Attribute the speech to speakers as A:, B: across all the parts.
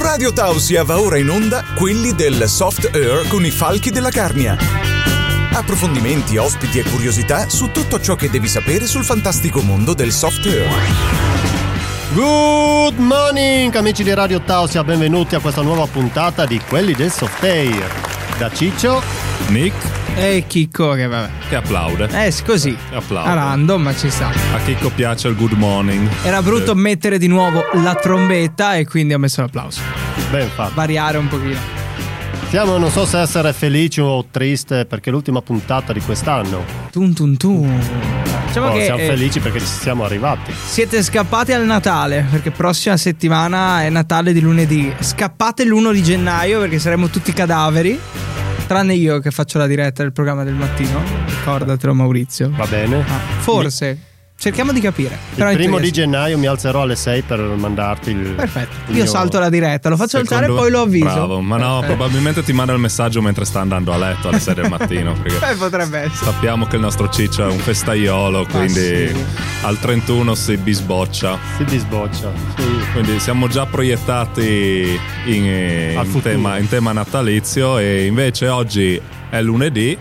A: Radio Tausia va ora in onda quelli del soft air con i falchi della Carnia. Approfondimenti, ospiti e curiosità su tutto ciò che devi sapere sul fantastico mondo del soft air.
B: Good morning amici di Radio Tausia, benvenuti a questa nuova puntata di Quelli del Softair. Da Ciccio,
C: Nick
D: E Chicco che vabbè.
C: che applaude.
D: Eh, sì, così.
C: Applaudo.
D: A random, ma ci sta.
C: A Chicco piace il good morning.
D: Era brutto
B: Eh.
D: mettere di nuovo la trombetta e quindi ho messo l'applauso.
B: ben fatto.
D: Variare un pochino.
B: Siamo, non so se essere felici o triste perché è l'ultima puntata di quest'anno.
D: Tun tun tun. Diciamo
B: Oh,
D: che
B: siamo
D: eh,
B: felici perché ci siamo arrivati.
D: siete scappati al Natale, perché prossima settimana è Natale di lunedì. Scappate l'1 di gennaio perché saremo tutti cadaveri. Tranne io che faccio la diretta del programma del mattino. Ricordatelo Maurizio.
B: Va bene?
D: Ah, forse. Cerchiamo di capire. Però
B: il
D: è
B: primo di
D: interessante.
B: gennaio mi alzerò alle 6 per mandarti il.
D: Perfetto.
B: il
D: Io
B: mio-
D: salto la diretta, lo faccio
C: Secondo-
D: saltare e poi lo avviso.
C: Bravo, ma no,
D: Perfetto.
C: probabilmente ti manda il messaggio mentre sta andando a letto alle 6 del mattino. Perché
D: Beh, Eh, potrebbe essere.
C: sappiamo che il nostro Ciccio è un festaiolo, quindi
D: sì.
C: al 31 si bisboccia.
B: Si disboccia. Sì.
C: Quindi siamo già proiettati in, eh,
B: Al
C: in,
B: futuro.
C: tema, in tema natalizio e invece oggi è lunedì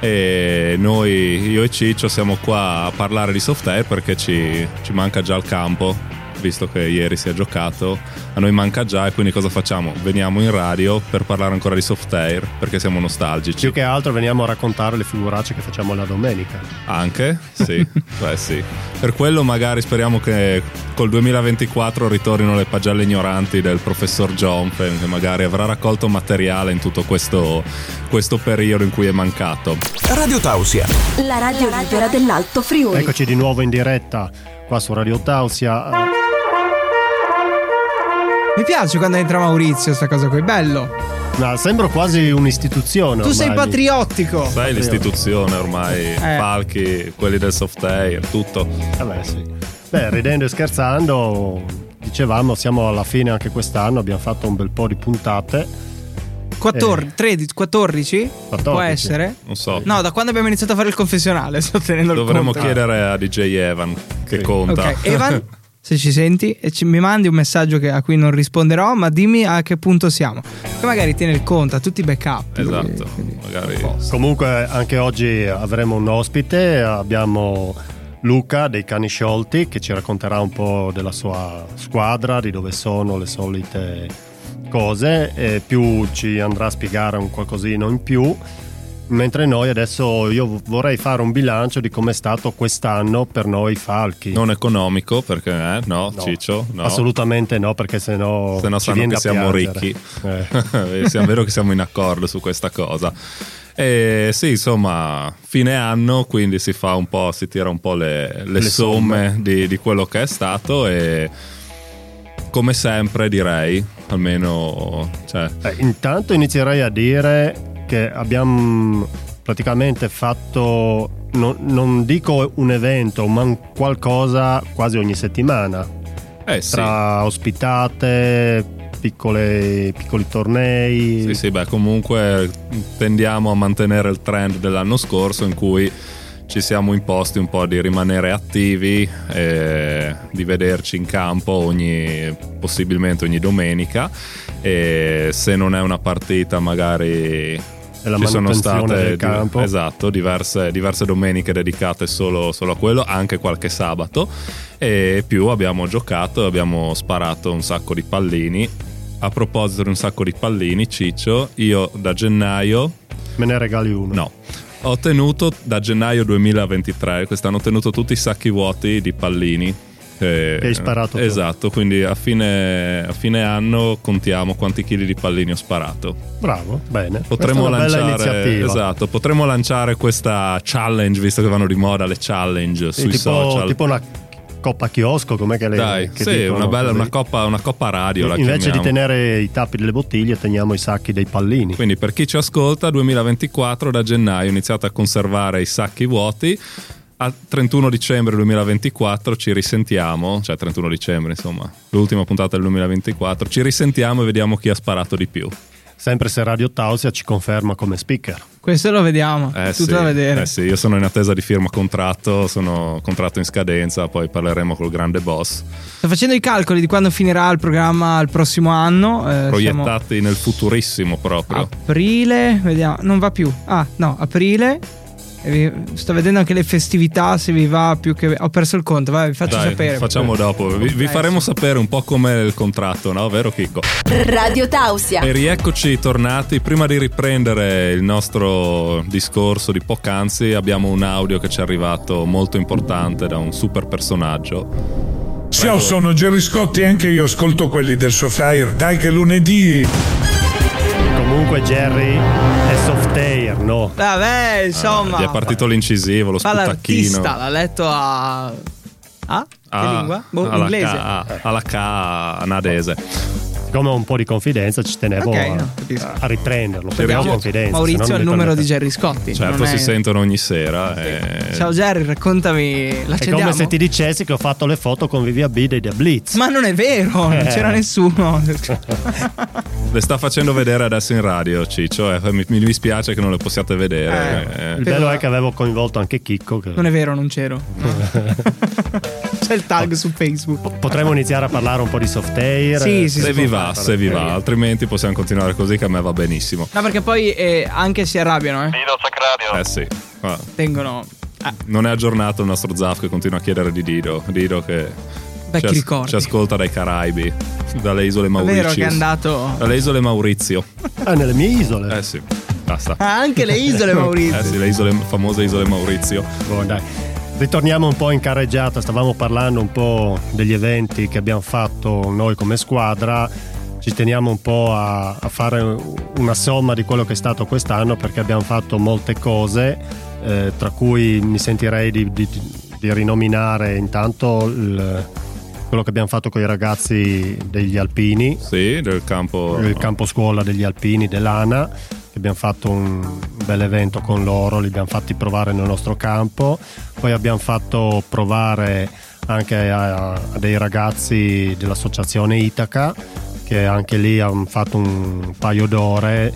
C: e noi, io e Ciccio, siamo qua a parlare di soft air perché ci, ci manca già il campo, visto che ieri si è giocato, a noi manca già e quindi cosa facciamo? Veniamo in radio per parlare ancora di soft air perché siamo nostalgici.
B: Più che altro veniamo a raccontare le figuracce che facciamo la domenica.
C: Anche, sì, beh sì. Per quello magari speriamo che col 2024 ritornino le pagelle ignoranti del professor Jonfen, che magari avrà raccolto materiale in tutto questo, questo periodo in cui è mancato.
A: Radio Tausia.
E: La radio libera dell'Alto Friuli.
B: Eccoci di nuovo in diretta qua su Radio Tausia. Eh,
D: Mi piace quando entra Maurizio, sta cosa qui. Bello.
B: no, sembro quasi un'istituzione.
D: tu sei
B: ormai.
D: patriottico.
C: Sai l'istituzione ormai, palchi, quelli del soft air, tutto.
B: Vabbè, sì. Eh Beh, ridendo e scherzando, dicevamo, siamo alla fine anche quest'anno. Abbiamo fatto un bel po' di puntate.
C: Eh.
D: 14, 13, 14?
B: 14.
D: Può essere?
C: Non so.
D: No, da quando abbiamo iniziato a fare il confessionale, sto tenendo il
C: Dovremmo
D: conto.
C: chiedere a DJ Evan che
B: Sì.
C: conta.
D: Ok, Evan, se ci senti e ci- mi mandi un messaggio che- a cui non risponderò, ma dimmi a che punto siamo. Che magari tiene il conto a tutti i backup.
C: Esatto,
D: Quindi-
C: magari.
B: Comunque, anche oggi avremo un ospite. Abbiamo Luca dei Cani Sciolti che ci racconterà un po' della sua squadra, di dove sono le solite cose e più ci andrà a spiegare un qualcosino in più. Mentre noi adesso io vorrei fare un bilancio di com'è stato quest'anno per noi falchi.
C: Non economico perché, eh, no,
B: No,
C: Ciccio, no.
B: Assolutamente no, perché sennò
C: se no
B: ci
C: sanno
B: viene
C: che
B: da
C: siamo
B: piangere.
C: ricchi.
B: Eh.
C: Eh, siamo vero che siamo in accordo su questa cosa. E sì, insomma, fine anno, quindi si fa un po', si tira un po' le,
B: Le
C: le somme di, di quello che è stato e come sempre direi, almeno cioè,
B: Eh, intanto inizierei a dire che abbiamo praticamente fatto, no- non dico un evento, ma un qualcosa quasi ogni settimana,
C: eh sì.
B: tra ospitate, piccole- piccoli tornei.
C: Sì, sì, beh, comunque tendiamo a mantenere il trend dell'anno scorso in cui ci siamo imposti un po' di rimanere attivi, eh, di vederci in campo ogni, possibilmente ogni domenica e se non è una partita magari
B: E la
C: ci sono
B: manutenzione
C: state
B: del campo.
C: esatto, diverse, diverse domeniche dedicate solo, solo a quello, anche qualche sabato e più abbiamo giocato, abbiamo sparato un sacco di pallini. A proposito di un sacco di pallini, Ciccio, io da gennaio
B: Me ne regali uno.
C: No. Ho tenuto da gennaio 2023, quest'anno ho tenuto tutti i sacchi vuoti di pallini. Eh,
B: Che hai sparato tu.
C: Esatto, quindi a fine, a fine anno contiamo quanti chili di pallini ho sparato.
B: Bravo, bene.
C: Potremmo
B: Questa è una bella
C: lanciare,
B: iniziativa.
C: esatto, potremmo lanciare questa challenge, visto che vanno di moda le challenge
B: Sì,
C: sui
B: tipo,
C: social.
B: tipo una coppa chiosco, com'è che le
C: Dai,
B: che
C: sì,
B: dicono
C: una bella
B: così?
C: una coppa, una coppa radio. la
B: Invece di
C: chiamiamo.
B: tenere i tappi delle bottiglie, teniamo i sacchi dei pallini.
C: Quindi per chi ci ascolta, 2024 da gennaio iniziate a conservare i sacchi vuoti. A 31 dicembre 2024 ci risentiamo, cioè 31 dicembre insomma, l'ultima puntata del 2024, ci risentiamo e vediamo chi ha sparato di più.
B: Sempre se Radio Tausia ci conferma come speaker.
D: Questo lo vediamo, è
C: Eh
D: tutto
C: sì,
D: da vedere.
C: eh sì, io sono in attesa di firma contratto, sono contratto in scadenza, poi parleremo col grande boss.
D: Sto facendo i calcoli di quando finirà il programma il prossimo anno. eh, siamo
C: proiettati nel futurissimo proprio.
D: aprile, vediamo, non va più. Ah, no, aprile. E vi- Sto vedendo anche le festività, se vi va più che... Ho perso il conto, vabbè, vi faccio
C: Dai,
D: sapere.
C: facciamo dopo. Vi, vi
D: Eh,
C: faremo sapere un po' com'è il contratto, no? Vero Chicco?
E: Radio Tausia.
C: E rieccoci tornati. Prima di riprendere il nostro discorso di poc'anzi, abbiamo un audio che ci è arrivato molto importante da un super personaggio.
F: Ciao, oh, sono Gerry Scotti e anche io ascolto quelli del Sofair. Dai che lunedì...
B: Comunque Jerry è soft air, no?
C: Ah,
D: Vabbè, insomma...
C: Gli è partito l'incisivo, lo
D: fa
C: sputacchino.
D: l'artista, l'ha letto a... A? che
C: Ah,
D: lingua? Boh,
C: alla
D: inglese.
C: ca- alla ca canadese.
B: Siccome ho un po' di confidenza ci tenevo
D: Ok,
B: a,
D: no, capisco.
B: a riprenderlo. per
D: Abbiamo
B: la confidenza, se no
D: Maurizio ha
B: non
D: il
B: mi
D: numero di
B: permette.
D: Jerry Scotti.
C: Certo,
D: non è-
C: si sentono ogni sera. eh. e-
D: Ciao Jerry, raccontami.
B: È
D: L'accendiamo?
B: come se ti dicessi che ho fatto le foto con Vivia B dei The Blitz.
D: Ma non è vero, non
B: Eh.
D: c'era nessuno.
C: Le sta facendo vedere adesso in radio, Ciccio. eh, mi, mi dispiace che non le possiate vedere. eh.
B: Il bello è che avevo coinvolto anche Chicco. Che...
D: Non è vero, non c'ero. C'è il tag su Facebook.
B: Potremmo iniziare a parlare un po' di soft air.
D: Sì,
B: eh,
D: sì,
C: se
D: si
C: vi
D: può
C: va, se vi va, altrimenti possiamo continuare così che a me va benissimo.
D: No, perché poi eh, anche si arrabbiano, eh.
G: Dido Sacrario.
C: Eh sì, ma
D: Tengono. Ah,
C: non è aggiornato il nostro Zaf che continua a chiedere di Dido. Dido che
D: Vecchi
C: ci, as-
D: ricordi.
C: ci ascolta dai Caraibi, dalle isole
D: è
C: Maurizio.
D: vero che è andato.
C: Dalle isole Maurizio.
B: Ah, nelle mie isole.
C: Eh sì, basta.
D: Ah, anche le isole, Maurizio.
C: Eh sì, le isole, famose isole Maurizio.
B: Boh, dai. Ritorniamo un po' in carreggiata, stavamo parlando un po' degli eventi che abbiamo fatto noi come squadra, ci teniamo un po' a, a fare una somma di quello che è stato quest'anno perché abbiamo fatto molte cose, eh, tra cui mi sentirei di, di- di rinominare intanto il- quello che abbiamo fatto con i ragazzi degli Alpini,
C: Sì, del campo.
B: il campo scuola degli alpini dell'ANA che abbiamo fatto un bel evento con loro, li abbiamo fatti provare nel nostro campo, poi abbiamo fatto provare anche a, a dei ragazzi dell'associazione Itaca che anche lì hanno fatto un paio d'ore,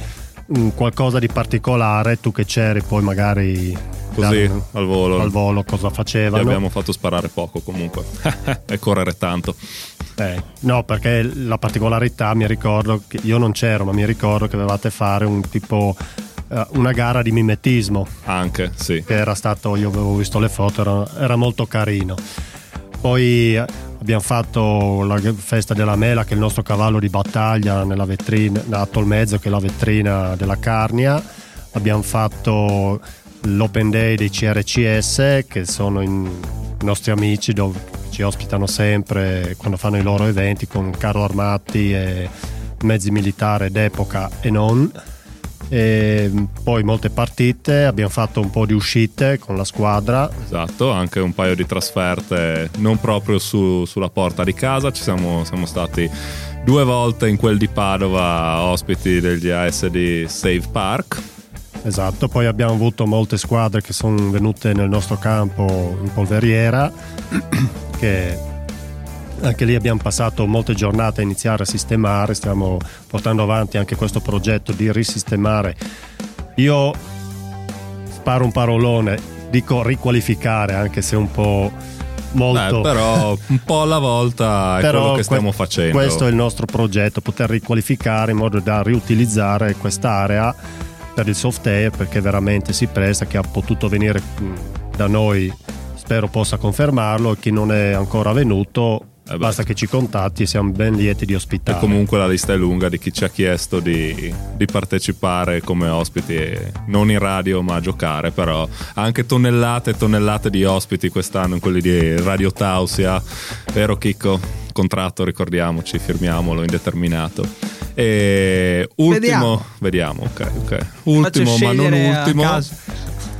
B: un qualcosa di particolare, tu che c'eri poi magari
C: Così,
B: dai,
C: al volo.
B: al volo cosa
C: Gli
B: facevano.
C: abbiamo fatto sparare poco comunque e correre tanto.
B: Eh, no, perché la particolarità mi ricordo, che io non c'ero, ma mi ricordo che dovevate fare un tipo eh, una gara di mimetismo
C: Anche, sì.
B: che era stato, io avevo visto le foto, era, era molto carino. Poi eh, abbiamo fatto la g- festa della mela, che è il nostro cavallo di battaglia nella vetrina, a Tolmezzo, che è la vetrina della Carnia. Abbiamo fatto l'open day dei CRCS, che sono in- i nostri amici, dove ci ospitano sempre quando fanno i loro eventi con carro armati e mezzi militari d'epoca e non e poi molte partite, abbiamo fatto un po' di uscite con la squadra.
C: Esatto, anche un paio di trasferte non proprio su- sulla porta di casa, ci siamo, siamo stati due volte in quel di Padova ospiti degli ASD Save Park.
B: Esatto, poi abbiamo avuto molte squadre che sono venute nel nostro campo in polveriera, che anche lì abbiamo passato molte giornate a iniziare a sistemare, stiamo portando avanti anche questo progetto di risistemare. Io sparo un parolone, dico riqualificare, anche se un po' molto...
C: Beh, Eh, però un po' alla volta è quello che stiamo
B: que-
C: facendo.
B: Questo è il nostro progetto, poter riqualificare in modo da riutilizzare quest'area per il soft air perché veramente si presta che ha potuto venire mh, da noi, spero possa confermarlo e chi non è ancora venuto
C: Eh beh.
B: basta che ci contatti e siamo ben lieti di
C: E
B: ospitare.
C: comunque la lista è lunga di chi ci ha chiesto di, di partecipare come ospiti, eh, non in radio ma a giocare, però anche tonnellate e tonnellate di ospiti quest'anno, quelli di Radio Tausia, vero Chicco? Contratto, ricordiamoci, firmiamolo, indeterminato. E ultimo,
D: Vediamo.
C: vediamo, ok, ok. Ultimo ma non
D: scegliere a
C: ultimo,
D: caso.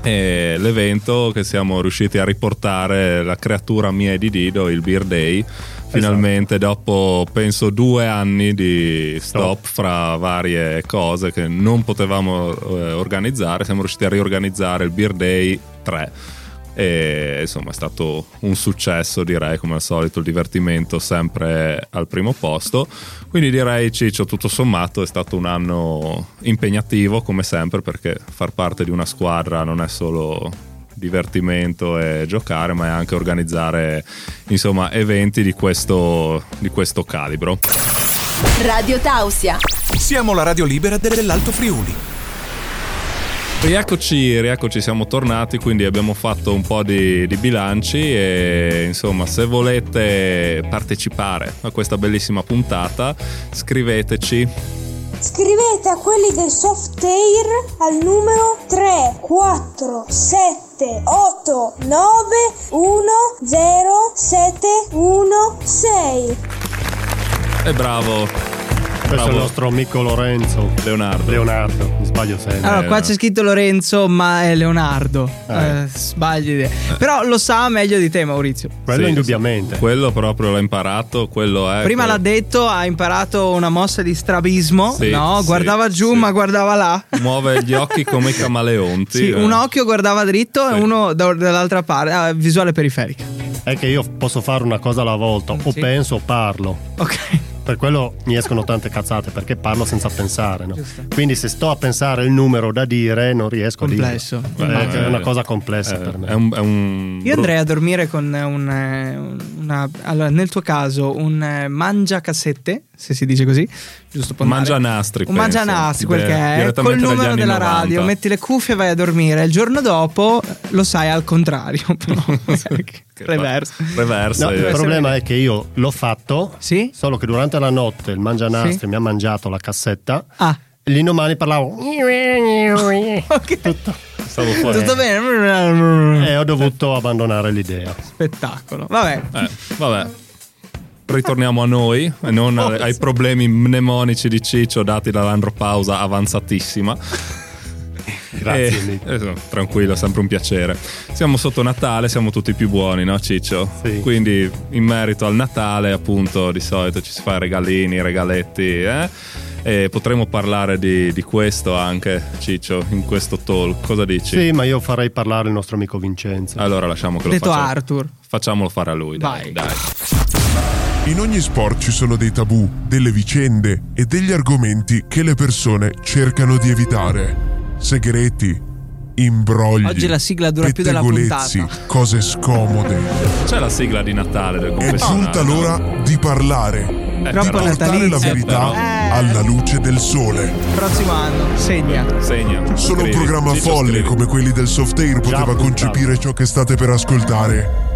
C: è l'evento che siamo riusciti a riportare la creatura mia e di Dido, il Beer Day. Finalmente, dopo penso due anni di stop fra varie cose che non potevamo eh, organizzare, siamo riusciti a riorganizzare il Beer Day 3 E insomma è stato un successo, direi come al solito, il divertimento sempre al primo posto. Quindi direi Ciccio, tutto sommato è stato un anno impegnativo come sempre perché far parte di una squadra non è solo divertimento e giocare, ma è anche organizzare insomma eventi di questo, di questo calibro.
E: Radio Tausia.
A: Siamo la radio libera dell'Alto Friuli.
C: Rieccoci, rieccoci, siamo tornati, quindi abbiamo fatto un po' di, di bilanci e insomma se volete partecipare a questa bellissima puntata scriveteci
G: Scrivete a quelli del soft air al numero 3 4 7 8 9 1 0 7 1 6.
C: e bravo
B: Questo è il nostro amico Lorenzo.
C: Leonardo. Ah.
B: Leonardo, mi sbaglio sempre.
D: Allora, qua
C: no.
D: c'è scritto Lorenzo, ma è Leonardo. Eh, sbagli idea. Però lo sa meglio di te, Maurizio.
B: Quello
C: Sì,
B: indubbiamente.
C: Quello proprio l'ha imparato, quello è...
D: Prima l'ha
C: quello-
D: detto, ha imparato una mossa di strabismo.
C: Sì,
D: no,
C: sì,
D: guardava giù,
C: sì.
D: ma guardava là.
C: Muove gli occhi come i camaleonti.
D: Sì,
C: eh.
D: un occhio guardava dritto
C: Sì.
D: e uno da- dall'altra parte, ah, visuale periferica.
B: È che io posso fare una cosa alla volta, o
D: Sì.
B: penso o parlo.
D: Ok.
B: Per quello mi escono tante cazzate, perché parlo senza pensare. no?
D: Giusto.
B: Quindi se sto a pensare il numero da dire, non riesco a
D: Complesso. Eh,
B: dirlo. È,
C: eh,
B: una cosa complessa
C: Eh,
B: per me.
C: È un... È un
D: Io andrei a dormire con eh, un, eh, un- una, allora, nel tuo caso, un eh, mangiacassette, se si dice così, giusto? può andare.
C: Mangianastri,
D: Un
C: penso.
D: mangianastri,
C: Beh,
D: quel che è, col
C: direttamente dagli
D: numero
C: anni
D: della
C: 90.
D: radio, metti le cuffie e vai a dormire. Il giorno dopo lo sai al contrario, però.
C: Che fa-
D: Reverso.
C: Reverso.
B: No,
C: eh.
B: il
D: essere
B: problema è che io l'ho fatto,
D: Sì?
B: solo che durante la notte il mangianastri
D: Sì.
B: mi ha mangiato la cassetta
D: Ah,
B: e l'indomani parlavo
D: ok.
C: Stavo fuori.
D: Tutto bene?
B: e ho dovuto abbandonare l'idea.
D: Spettacolo. Vabbè,
C: Eh, vabbè. Ritorniamo a noi e non
D: Oh,
C: a- ai problemi mnemonici di Ciccio dati dall'andropausa avanzatissima.
B: Grazie
C: Eh,
B: Nick.
C: eh, no, tranquillo, è sempre un piacere. Siamo sotto Natale, siamo tutti più buoni, no Ciccio?
B: Sì.
C: Quindi in merito al Natale, appunto, di solito ci si fa i regalini, i regaletti, eh? E potremmo parlare di, di questo anche, Ciccio, in questo talk. Cosa dici?
B: Sì, ma io farei parlare il nostro amico Vincenzo.
C: Allora lasciamo che lo
D: detto
C: faccia.
D: Arthur.
C: Facciamolo fare a lui,
D: Vai.
C: dai, dai.
H: In ogni sport ci sono dei tabù, delle vicende e degli argomenti che le persone cercano di evitare. Segreti, imbrogli,
D: Oggi la sigla dura più della
H: pettegolezzi, cose scomode.
C: C'è la sigla di Natale del
H: È
C: confessionale.
H: giunta l'ora di parlare,
C: Eh,
H: di
D: Troppo
C: però-
H: portare la
D: natalizia,
H: verità
C: però.
H: alla luce del sole.
D: Prossimo anno, segna.
C: Segna.
H: Solo un
C: Scrivi.
H: programma
C: Ciccio,
H: folle
C: scrivi.
H: come quelli del soft air poteva
B: appuntato.
H: concepire ciò che state per ascoltare.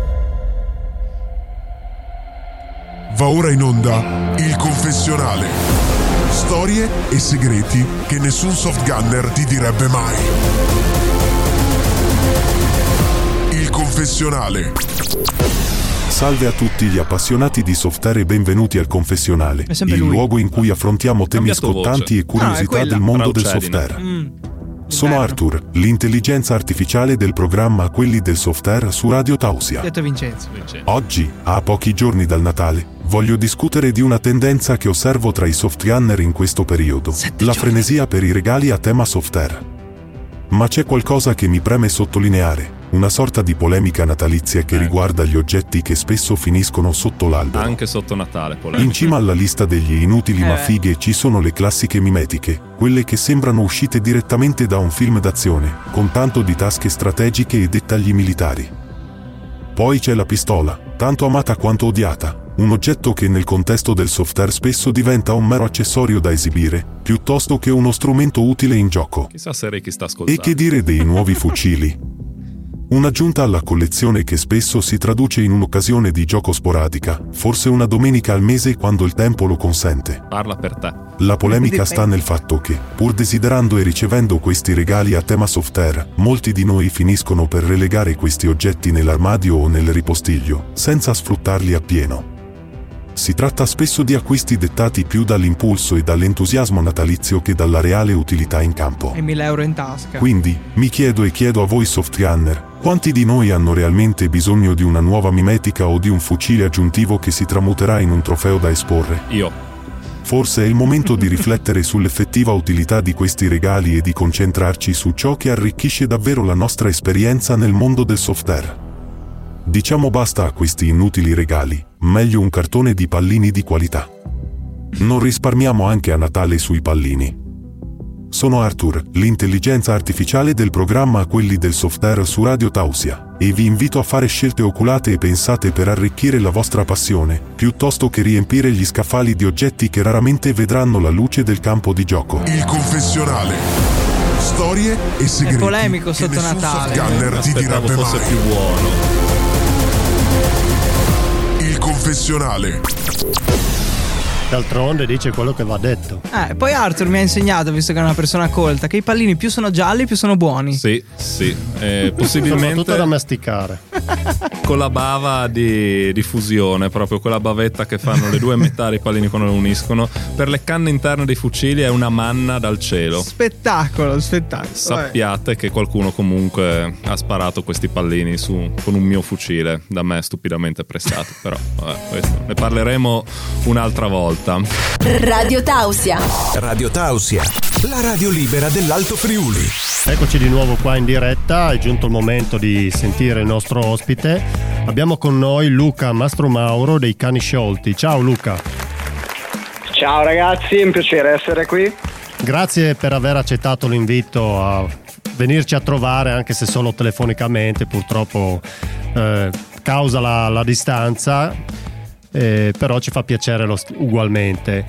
H: Va ora in onda il confessionale. Storie e segreti che nessun soft gunner ti direbbe mai. Il confessionale.
I: Salve a tutti gli appassionati di software e benvenuti al Confessionale,
D: È sempre
I: il
D: lui. Ah,
I: luogo in cui affrontiamo temi
C: cambiato voce.
I: scottanti e curiosità
D: quella. Mm.
I: del mondo del
C: Braucedine.
I: software.
D: Inverno.
I: Sono Arthur, l'intelligenza artificiale del programma Quelli del software su Radio Tausia.
D: Detto Vincenzo.
I: Oggi, a pochi giorni dal Natale, voglio discutere di una tendenza che osservo tra i soft gunner in questo periodo, la frenesia per i regali a tema software. Ma c'è qualcosa che mi preme sottolineare, una sorta di polemica natalizia che
C: Ecco.
I: riguarda gli oggetti che spesso finiscono sotto l'albero.
C: Anche sotto Natale, polemica.
I: In cima alla lista degli inutili
D: Eh
I: ma
D: beh.
I: fighe ci sono le classiche mimetiche, quelle che sembrano uscite direttamente da un film d'azione, con tanto di tasche strategiche e dettagli militari. Poi c'è la pistola, tanto amata quanto odiata, un oggetto che nel contesto del software spesso diventa un mero accessorio da esibire, piuttosto che uno strumento utile in gioco.
C: Chissà se Ricky sta
I: E
C: ascoltando.
I: che dire dei nuovi fucili? Un'aggiunta alla collezione che spesso si traduce in un'occasione di gioco sporadica, forse una domenica al mese quando il tempo lo consente.
C: Parla per te.
I: La polemica sta nel fatto che, pur desiderando e ricevendo questi regali a tema software, molti di noi finiscono per relegare questi oggetti nell'armadio o nel ripostiglio, senza sfruttarli appieno. Si tratta spesso di acquisti dettati più dall'impulso e dall'entusiasmo natalizio che dalla reale utilità in campo.
D: E 1000 euro in tasca.
I: Quindi, mi chiedo e chiedo a voi soft gunner, quanti di noi hanno realmente bisogno di una nuova mimetica o di un fucile aggiuntivo che si tramuterà in un trofeo da esporre?
C: Io.
I: Forse è il momento di riflettere sull'effettiva utilità di questi regali e di concentrarci su ciò che arricchisce davvero la nostra esperienza nel mondo del software. Diciamo basta a questi inutili regali, meglio un cartone di pallini di qualità. Non risparmiamo anche a Natale sui pallini. Sono Arthur, l'intelligenza artificiale del programma Quelli del Software su Radio Tausia, e vi invito a fare scelte oculate e pensate per arricchire la vostra passione, piuttosto che riempire gli scaffali di oggetti che raramente vedranno la luce del campo di gioco.
H: Il confessionale. Storie e segreti.
D: polemico
H: che
D: sotto
H: nessun
D: Natale.
H: softgunner ti
C: Aspettavo
H: direbbe
C: fosse
H: mai.
C: più buono.
H: Il confessionale.
B: D'altronde dice quello che va detto.
D: Eh, poi Arthur mi ha insegnato, visto che è una persona colta, che i pallini più sono gialli più sono buoni.
C: Sì, sì. Eh,
B: Soprattutto da
C: possibilmente
B: masticare.
C: con la bava di, di fusione, proprio quella bavetta che fanno le due metà dei pallini quando le uniscono. Per le canne interne dei fucili è una manna dal cielo.
D: Spettacolo, spettacolo.
C: Sappiate che qualcuno comunque ha sparato questi pallini su- con un mio fucile, da me stupidamente prestato, però vabbè, questo ne parleremo un'altra volta.
E: Radio Tausia.
A: Radio Tausia, la radio libera dell'Alto Friuli.
B: Eccoci di nuovo qua in diretta, è giunto il momento di sentire il nostro ospite. Abbiamo con noi Luca Mastro Mauro dei Cani Sciolti. Ciao Luca,
J: Ciao ragazzi, è un piacere essere qui.
B: grazie per aver accettato l'invito a venirci a trovare anche se solo telefonicamente, purtroppo eh, causa la, la distanza, eh, però ci fa piacere lo st- ugualmente.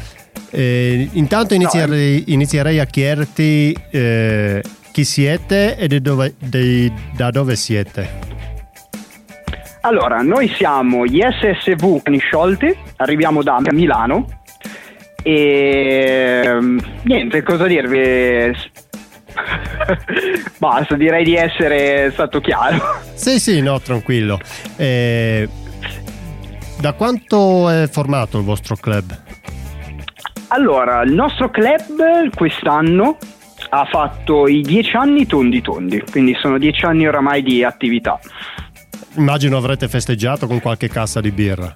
B: Eh, intanto inizierei, inizierei a chiederti eh, chi siete e di dove- di- da dove siete.
J: Allora, noi siamo gli SSV Cani Sciolti, arriviamo da Milano e ehm, niente, cosa dirvi? Basta, direi di essere stato chiaro.
B: Sì, sì, no, tranquillo. Eh, da quanto è formato il vostro club?
J: Allora, il nostro club quest'anno ha fatto i dieci anni tondi tondi, quindi sono dieci anni oramai di attività.
B: Immagino avrete festeggiato con qualche cassa di birra.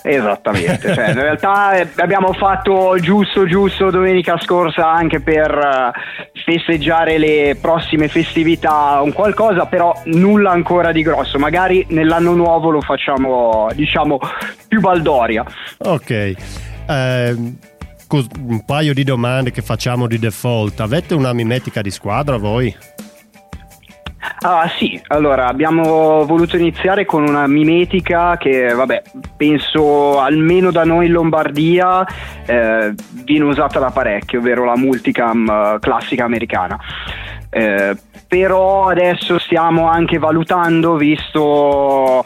J: Esattamente, cioè, in realtà eh, abbiamo fatto giusto giusto domenica scorsa anche per eh, festeggiare le prossime festività, un qualcosa però nulla ancora di grosso, magari nell'anno nuovo lo facciamo diciamo più baldoria.
B: Ok. Ehm, cos- un paio di domande che facciamo di default. Avete una mimetica di squadra voi?
J: Ah sì, allora abbiamo voluto iniziare con una mimetica che vabbè penso almeno da noi in Lombardia eh, viene usata da parecchio, ovvero la multicam eh, classica americana. Eh, però adesso stiamo anche valutando, visto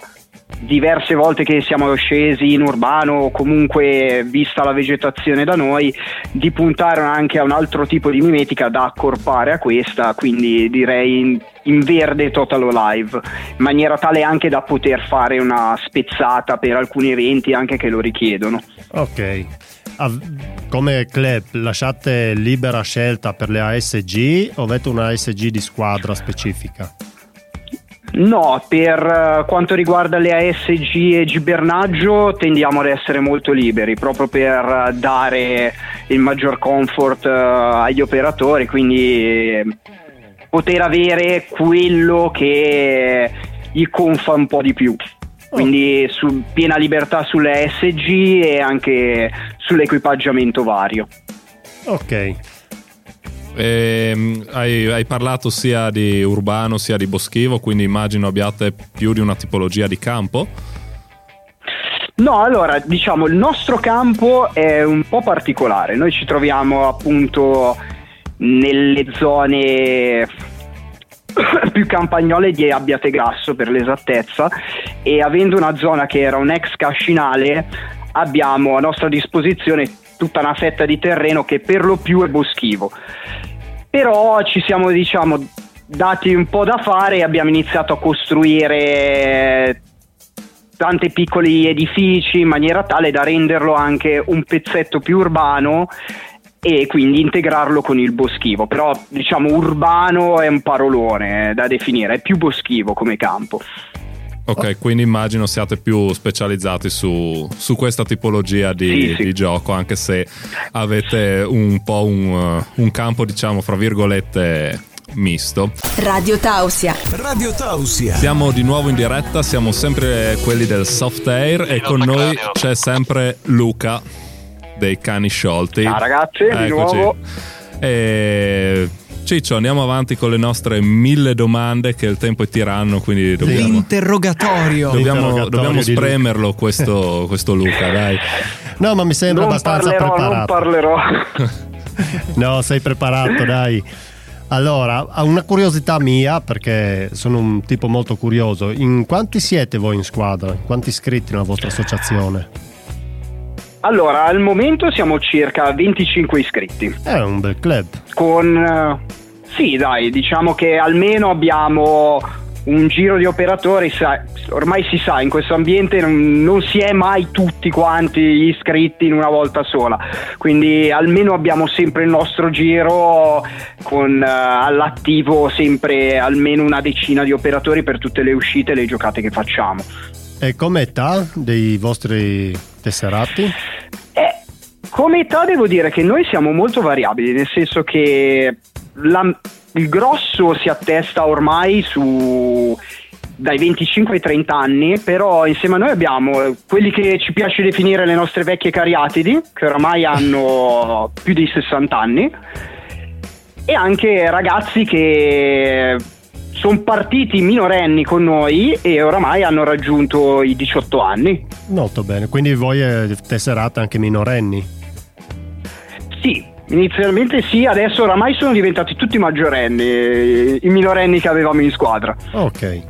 J: diverse volte che siamo scesi in urbano o comunque vista la vegetazione da noi, di puntare anche a un altro tipo di mimetica da accorpare a questa, quindi direi in, in verde Total Live, in maniera tale anche da poter fare una spezzata per alcuni eventi anche che lo richiedono.
B: Ok. Av- come club lasciate libera scelta per le ASG o avete una ASG di squadra specifica?
J: No, per eh, quanto riguarda le ASG e gibernaggio tendiamo ad essere molto liberi proprio per eh, dare il maggior comfort eh, agli operatori, quindi eh, poter avere quello che gli confa un po' di più. Quindi su, piena libertà sulle ASG e anche sull'equipaggiamento vario.
B: Ok.
C: Ehm, hai, hai parlato sia di urbano sia di boschivo, quindi immagino abbiate più di una tipologia di campo.
J: No, allora, diciamo, il nostro campo è un po' particolare. Noi ci troviamo appunto nelle zone più campagnole di Abbiategrasso per l'esattezza e avendo una zona che era un ex cascinale abbiamo a nostra disposizione tutta una fetta di terreno che per lo più è boschivo. Però ci siamo, diciamo, dati un po' da fare e abbiamo iniziato a costruire tanti piccoli edifici in maniera tale da renderlo anche un pezzetto più urbano e quindi integrarlo con il boschivo. Però diciamo urbano è un parolone eh, da definire, è più boschivo come campo.
C: Ok, quindi immagino siate più specializzati su, su questa tipologia di,
J: Sì, sì.
C: di gioco, anche se avete un po' un, eh, un campo, diciamo, fra virgolette, misto.
E: Radio Tausia.
A: Radio Tausia.
C: Siamo di nuovo in diretta, siamo sempre quelli del soft air e con noi c'è sempre Luca dei Cani Sciolti.
J: Ciao ragazzi, di nuovo.
C: E... Ciccio, andiamo avanti con le nostre mille domande che il tempo è tiranno, quindi dobbiamo,
D: L'interrogatorio.
C: dobbiamo,
B: L'interrogatorio
C: dobbiamo
B: di Luca.
C: spremerlo questo, questo Luca, dai.
B: No, ma mi sembra
J: Non
B: abbastanza
J: parlerò, non
B: preparato.
J: parlerò.
B: No, sei preparato, dai. Allora, ha una curiosità mia, perché sono un tipo molto curioso. In quanti siete voi in squadra? In quanti iscritti nella vostra associazione?
J: Allora, al momento siamo circa 25 iscritti.
B: È un bel club.
J: Con eh, sì, dai, diciamo che almeno abbiamo un giro di operatori, sai, ormai si sa, in questo ambiente non non si è mai tutti quanti iscritti in una volta sola, quindi almeno abbiamo sempre il nostro giro con eh, all'attivo sempre almeno una decina di operatori per tutte le uscite e le giocate che facciamo.
B: E come età dei vostri tesserati?
J: Eh, come età devo dire che noi siamo molto variabili, nel senso che la- il grosso si attesta ormai su dai 25 ai 30 anni, però insieme a noi abbiamo eh, quelli che ci piace definire le nostre vecchie cariatidi, che ormai hanno più di 60 anni, e anche ragazzi che sono partiti minorenni con noi e oramai hanno raggiunto i 18 anni.
B: Molto bene, quindi voi eh, tesserate anche minorenni.
J: Sì, inizialmente sì, adesso oramai sono diventati tutti maggiorenni, eh, i minorenni che avevamo in squadra.
B: Ok.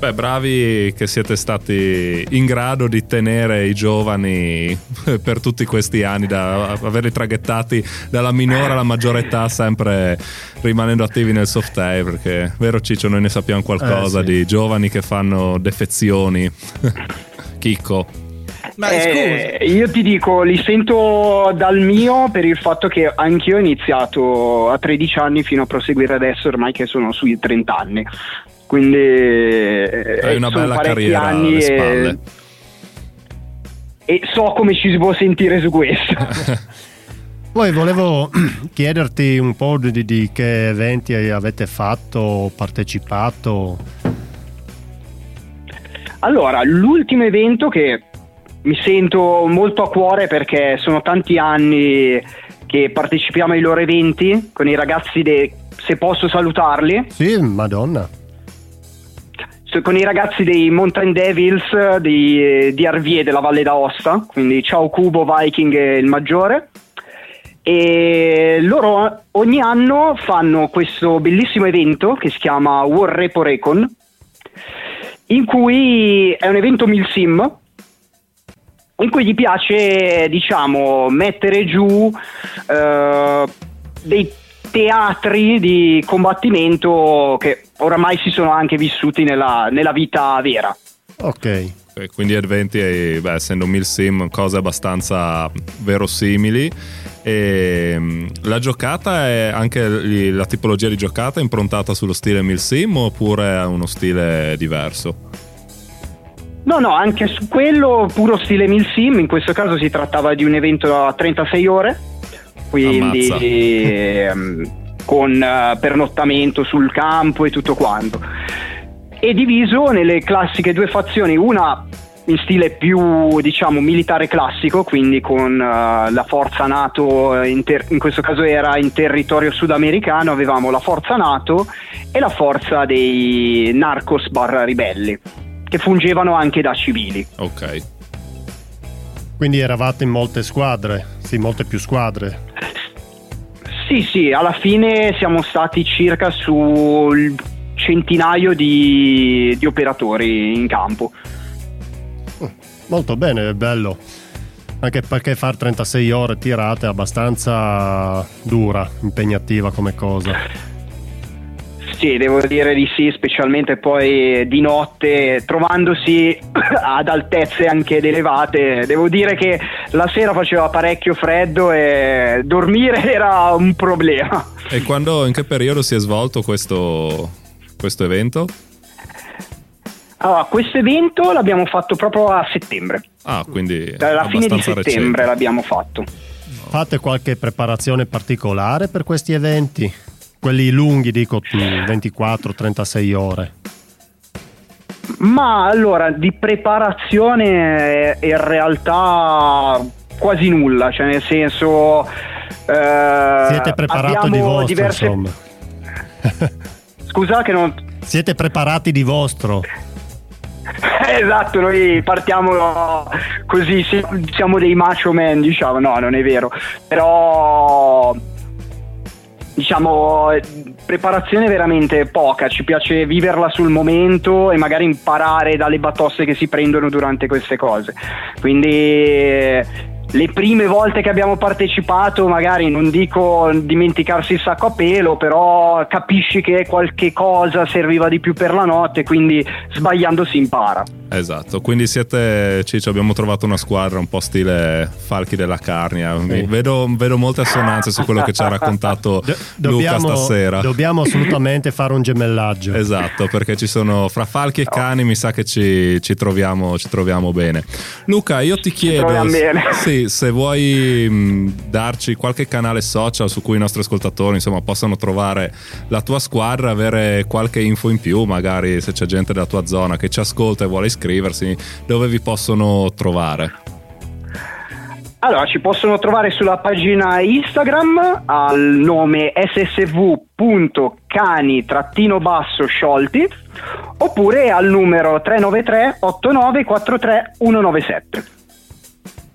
C: Beh, bravi che siete stati in grado di tenere i giovani per tutti questi anni, da averli traghettati dalla minore alla maggiore età, sempre rimanendo attivi nel soft air, perché vero Ciccio, noi ne sappiamo qualcosa
B: Eh, sì.
C: di giovani che fanno defezioni. Chicco,
D: Ma
J: Eh, io ti dico, li sento dal mio per il fatto che anch'io ho iniziato a 13 anni fino a proseguire adesso, ormai che sono sui 30 anni. Quindi eh,
C: hai
B: Eh,
J: hai
C: una bella carriera alle spalle.
J: E, e so come ci si può sentire su questo.
B: Poi volevo chiederti un po' di, di che eventi avete fatto, partecipato.
J: Allora, l'ultimo evento che mi sento molto a cuore perché sono tanti anni che partecipiamo ai loro eventi con i ragazzi de- se posso salutarli,
B: Sì, madonna.
J: so- con i ragazzi dei Mountain Devils eh, di, di Arvie della Valle d'Aosta, quindi ciao Cubo, Viking e il Maggiore. E loro ogni anno fanno questo bellissimo evento che si chiama War Repo Recon, in cui è un evento milsim in cui gli piace diciamo mettere giù eh, dei teatri di combattimento che oramai si sono anche vissuti nella, nella vita vera
B: Ok.
C: E Quindi eventi, eh, beh, essendo un sim, cose abbastanza verosimili. E mm, la giocata è anche lì- la tipologia di giocata è improntata sullo stile sim oppure a uno stile diverso?
J: No, no, anche su quello puro stile Milsim, in questo caso si trattava di un evento a 36 ore, quindi
C: Ammazza.
J: ehm, con eh, pernottamento sul campo e tutto quanto. È diviso nelle classiche due fazioni, una in stile più diciamo militare classico, quindi con eh, la forza NATO, eh, in, ter- in questo caso era in territorio sudamericano, avevamo la forza NATO e la forza dei narcos barra ribelli che fungevano anche da civili.
C: Ok.
B: Quindi eravate in molte squadre, sì, molte più squadre.
J: Sì, sì, alla fine siamo stati circa sul centinaio di, di operatori in campo.
B: Molto bene, bello. Anche perché far 36 ore tirate è abbastanza dura, impegnativa come cosa.
J: Sì, devo dire di sì, specialmente poi di notte, trovandosi ad altezze anche ed elevate. Devo dire che la sera faceva parecchio freddo e dormire era un problema.
C: E quando, in che periodo si è svolto questo, questo evento?
J: Allora, questo evento l'abbiamo fatto proprio a settembre.
C: Ah, quindi
J: Alla fine di
C: abbastanza
J: settembre
C: recente.
J: l'abbiamo fatto.
B: Fate qualche preparazione particolare per questi eventi? Quelli lunghi, dico, 24-36 ore.
J: Ma allora, di preparazione eh, in realtà quasi nulla, cioè nel senso... eh,
B: Siete preparato
J: abbiamo
B: di vostro,
J: diverse-
B: insomma.
J: Scusa che non...
B: Siete preparati di vostro.
J: Esatto, noi partiamo così, se- siamo dei macho men, diciamo, no, non è vero, però diciamo preparazione veramente poca, ci piace viverla sul momento e magari imparare dalle batosse che si prendono durante queste cose. Quindi le prime volte che abbiamo partecipato, magari non dico dimenticarsi il sacco a pelo, però capisci che qualche cosa serviva di più per la notte, quindi sbagliando si impara.
C: Esatto, quindi siete Ciccio, abbiamo trovato una squadra un po' stile Falchi della Carnia. Mi- Vedo, vedo molte assonanze su quello che ci ha raccontato Luca stasera.
B: dobbiamo assolutamente fare un gemellaggio.
C: Esatto, perché ci sono fra falchi e cani, mi sa che ci, ci troviamo, ci troviamo bene. Luca, io ti chiedo
J: troviamo bene.
C: sì, se vuoi mh, darci qualche canale social su cui i nostri ascoltatori insomma, possano trovare la tua squadra, avere qualche info in più, magari se c'è gente della tua zona che ci ascolta e vuole iscriversi, dove vi possono trovare?
J: Allora, ci possono trovare sulla pagina Instagram al nome ssv.cani-sciolti oppure al numero 393 8943 197.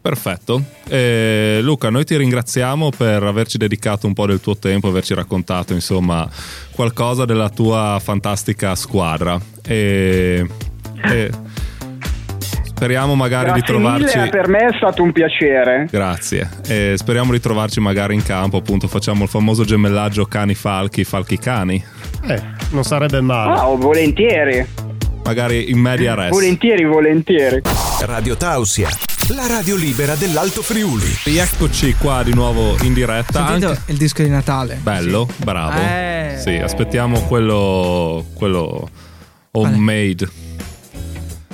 C: Perfetto. Eh, Luca, noi ti ringraziamo per averci dedicato un po' del tuo tempo, averci raccontato insomma qualcosa della tua fantastica squadra. E, e speriamo magari di
J: Grazie
C: trovarci.
J: mille, per me è stato un piacere.
C: Grazie. Eh, speriamo di trovarci magari in campo, appunto, facciamo il famoso gemellaggio cani-falchi, falchi-cani.
B: Eh, non sarebbe male.
J: Wow, volentieri.
C: Magari in media res.
J: Volentieri, volentieri.
A: Radio Tausia, la radio libera dell'Alto Friuli.
C: Eccoci qua di nuovo in diretta.
D: Sentito
C: anche-
D: il disco di Natale.
C: Bello, bravo.
D: Eh.
C: Sì, aspettiamo quello. quello homemade.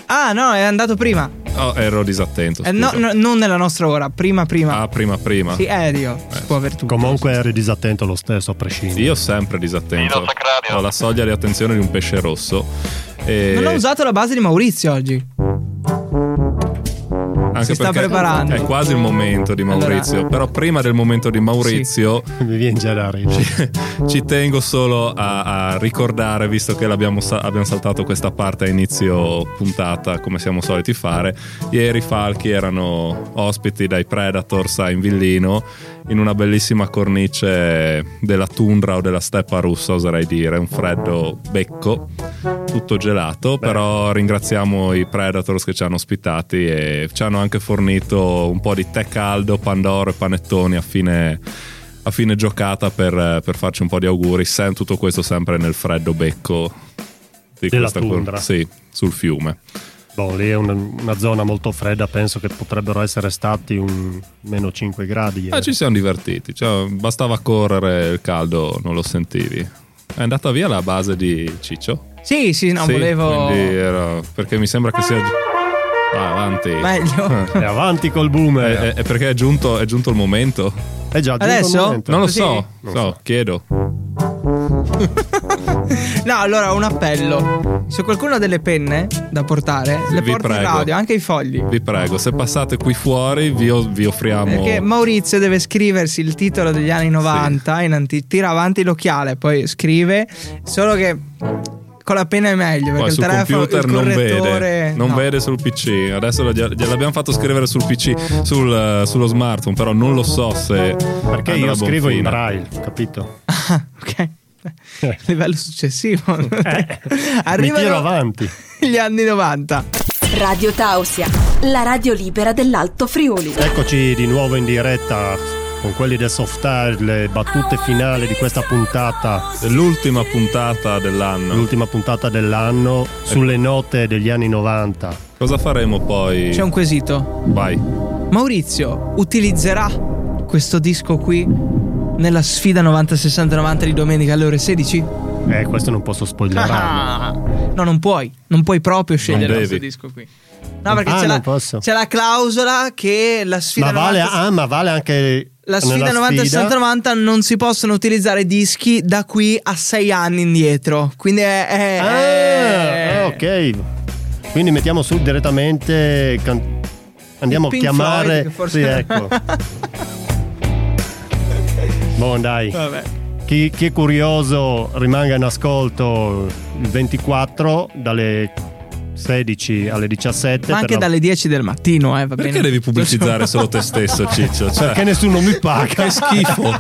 D: Ah, no, è andato prima.
C: Oh, ero disattento.
D: Eh, no,
C: scusa.
D: no, non nella nostra ora, prima prima.
C: Ah, prima, prima.
D: Sì, Elio, si può aver tutto.
B: Comunque eri disattento lo stesso, a prescindere.
C: Io sempre disattento. Ho la soglia di attenzione di un pesce rosso. E
D: Non ho usato la base di Maurizio oggi. si
C: anche
D: sta
C: perché
D: preparando.
C: È quasi il momento di
D: Allora-
C: Maurizio. Però prima del momento di Maurizio,
B: Mi viene già da ridere.
C: Mm. ci tengo solo a, a ricordare, visto che l'abbiamo sa- abbiamo saltato questa parte a inizio puntata, come siamo soliti fare. Ieri i Falchi erano ospiti dai Predators a Invillino, in una bellissima cornice della tundra o della steppa russa, oserei dire, un freddo becco, tutto gelato, però ringraziamo i Predators che ci hanno ospitati e ci hanno anche fornito un po' di tè caldo, pandoro e panettoni a fine a fine giocata per, per farci un po' di auguri. Sem- tutto questo sempre nel freddo becco di
B: Della
C: questa cor-
B: tundra.
C: Sì, sul fiume.
B: Boh, lì è una, una zona molto fredda, penso che potrebbero essere stati un meno 5 gradi.
C: Ah, ci siamo divertiti. cioè, bastava correre, il caldo non lo sentivi. È andata via la base di Ciccio?
D: Sì, sì, no,
C: Sì,
D: volevo.
C: quindi eh. era- perché mi sembra che sia. Ah, avanti.
D: Meglio.
B: E avanti col
C: È,
B: boomer.
C: è- è perché è giunto, è giunto il momento?
B: È già giunto il
D: Adesso?
B: momento.
C: Non lo
D: Così?
C: so, so, chiedo.
D: No, allora un appello. Se qualcuno ha delle penne da portare, le
C: Vi
D: porti in
C: prego.
D: radio, anche i fogli.
C: Vi prego, se passate qui fuori, vi, o- vi offriamo.
D: Perché Maurizio deve scriversi il titolo degli anni 90, in anti- tira avanti l'occhiale, poi scrive, solo che con la penna è meglio, perché
C: Poi
D: il
C: sul
D: telefono,
C: computer
D: il
C: non
D: correttore...
C: vede, non
D: no.
C: vede sul PC. Adesso la- gliel'abbiamo fatto scrivere sul PC, sul, eh, sullo smartphone, però non lo so se.
B: Perché
C: andrà a
B: io
C: buon
B: scrivo in
C: fine.
B: braille, capito?
D: Ah, ok.
C: Eh.
D: Livello successivo.
B: Mi tiro
D: Arrivano
B: avanti.
D: gli anni 90.
E: Radio Tausia, la radio libera dell'Alto Friuli.
B: Eccoci di nuovo in diretta con quelli del soft air, le battute finali di questa puntata,
C: L'ultima puntata dell'anno.
B: l'ultima puntata dell'anno, sulle note degli anni 90.
C: Cosa faremo poi?
D: C'è un quesito.
C: Vai.
D: Maurizio utilizzerà questo disco qui nella sfida 90-60-90 di domenica alle ore 16?
B: Eh, questo non posso spoilerarlo.
D: Ah, no, non puoi, non puoi proprio scegliere questo
B: devi.
D: disco qui. No, perché
B: Ah,
D: c'è,
B: non
D: la,
B: posso.
D: c'è la clausola che la sfida
B: ma, vale,
D: 90
B: ah, ma vale anche
D: La sfida
B: nella
D: 90-60-90 non si possono utilizzare dischi da qui a 6 anni indietro. Quindi è. è- Eh, è-
B: Ah, ok. Quindi mettiamo su direttamente. can- Andiamo
D: Il
B: a
D: Pink
B: chiamare.
D: Floyd, che forse-
B: Sì, ecco. Buon Boh, dai.
D: Vabbè.
B: Chi, chi è curioso rimanga in ascolto il 24 dalle 16 alle 17.
D: Ma anche
B: per la-
D: dalle 10 del mattino, eh, va
B: Perché
D: bene.
B: devi
C: pubblicizzare solo te stesso, Ciccio. Cioè,
B: Perché nessuno mi paga.
C: Che schifo.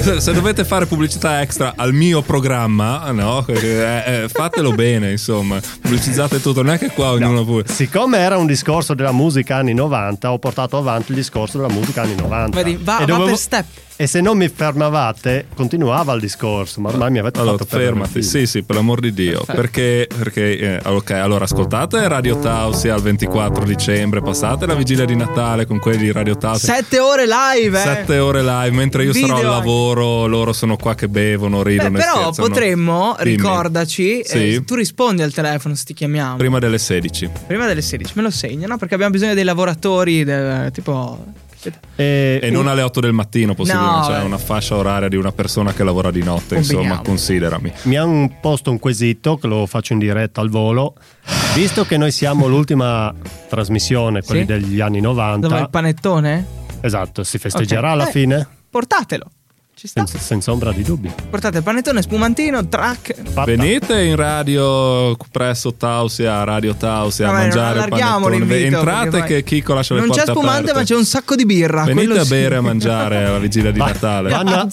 C: se, se dovete fare pubblicità extra al mio programma, no, eh, eh, fatelo bene, insomma. Pubblicizzate tutto, non è che qua ognuno può.
B: Siccome era un discorso della musica anni 90, ho portato avanti il discorso della musica anni 90.
D: Vedi, va- va per step.
B: E se non mi fermavate, continuava il discorso, ma ormai mi avete
C: Allora,
B: fatto fermare il
C: fermati,
B: filo.
C: sì, sì, per l'amor di Dio.
B: Perfetto.
C: Perché, perché eh, ok, allora ascoltate Radio Tausia il 24 dicembre, passate la vigilia di Natale con quelli di Radio Tausia.
D: 7 ore live, eh.
C: 7 ore live, mentre io sarò al
D: Video anche.
C: lavoro, loro sono qua che bevono,
D: Beh,
C: ridono. e
D: però
C: scherzano.
D: potremmo,
C: Dimmi.
D: ricordaci, eh,
C: Sì.
D: se tu rispondi al telefono se ti chiamiamo. Prima,
C: Prima delle 16.
D: delle 16, me lo segnano perché abbiamo bisogno dei lavoratori, del, tipo...
B: E,
C: non alle 8 del mattino, possibilmente.
D: Mm. No,
C: cioè,
D: eh.
C: una fascia oraria di una persona che lavora di notte.
B: Combiniamo.
C: Insomma, considerami.
B: Mi hanno posto un quesito che lo faccio in diretta al volo. Visto che noi siamo l'ultima trasmissione, quelli
D: Sì.
B: degli anni 90.
D: Dove il panettone?
B: Esatto, si festeggerà
D: Ok.
B: alla
D: Eh, Ah.
B: fine?
D: Portatelo.
B: Senza, senza ombra di dubbio.
D: Portate il panettone, spumantino, track.
C: Venite in radio presso Tausia, Radio Tausia,
D: No,
C: a
D: ma non
C: mangiare il
D: allarghiamo
C: panettone.
D: l'invito,
C: Entrate
D: perché
C: che
D: poi-
C: Chico lascia le
D: non c'è
C: porte
D: spumante,
C: aperte.
D: ma c'è un sacco di birra.
C: Venite
D: quello
C: a
D: sì.
C: bere e a mangiare alla vigilia di Natale.
B: Vanno,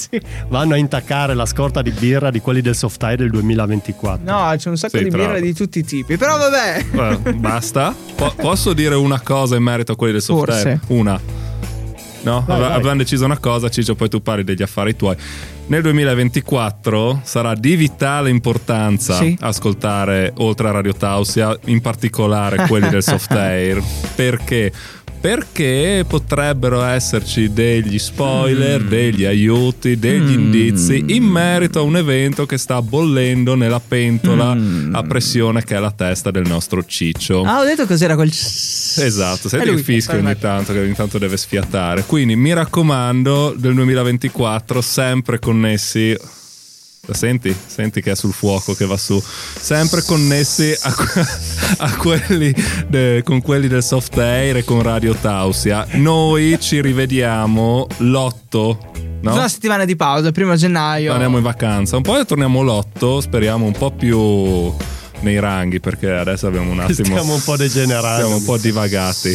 B: vanno a intaccare la scorta di birra di quelli del soft air del 2024.
D: No, c'è un sacco
B: Sì,
D: di
B: bravo.
D: birra di tutti i tipi. Però vabbè.
C: Eh, basta. Po- posso dire una cosa in merito a quelli del soft
D: Forse.
C: air? Una. No,
D: Vai,
C: Aveva-
D: vai.
C: avevamo deciso una cosa, Ciccio, poi tu parli degli affari tuoi. Nel 2024 sarà di vitale importanza
D: Sì.
C: ascoltare oltre a Radio Tausia, in particolare quelli del soft air. Perché? Perché potrebbero esserci degli spoiler,
D: Mm.
C: degli aiuti, degli indizi in merito a un evento che sta bollendo nella pentola a pressione che è la testa del nostro Ciccio.
D: Mm. Ah, ho detto cos'era quel.
C: Esatto,
D: È
C: senti
D: lui
C: il fischio
D: che fa il
C: ogni tanto che ogni tanto deve sfiatare. Quindi mi raccomando, del 2024 sempre connessi. La Senti, senti che è sul fuoco che va su. Sempre connessi a, que- a quelli de- con quelli del soft air e con Radio Tausia. Noi ci rivediamo l'8. No?
D: Una settimana di pausa, primo gennaio.
C: Andiamo in vacanza. Un po' e torniamo l'8. Speriamo un po' più nei ranghi perché adesso abbiamo un attimo.
B: Stiamo un po' degenerando.
C: Siamo un po' divagati.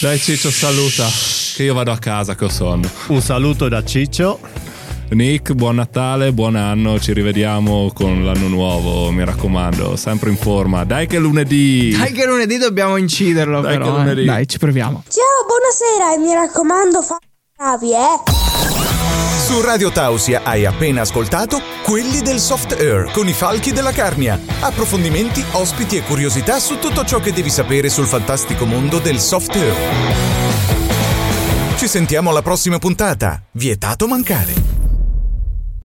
C: Dai, Ciccio, saluta. Che io vado a casa che ho sonno.
B: Un saluto da Ciccio.
C: Nick, buon Natale, buon anno. Ci rivediamo con l'anno nuovo. Mi raccomando, sempre in forma. Dai, che è lunedì.
D: Dai, che lunedì dobbiamo inciderlo.
C: Dai
D: però,
C: che
D: eh.
C: lunedì.
D: Dai, ci proviamo.
G: Ciao, buonasera e mi raccomando, fa bravi, eh.
A: Su Radio Tausia hai appena ascoltato Quelli del Soft Air con i falchi della Carnia. Approfondimenti, ospiti e curiosità su tutto ciò che devi sapere sul fantastico mondo del soft air. Ci sentiamo alla prossima puntata. Vietato mancare.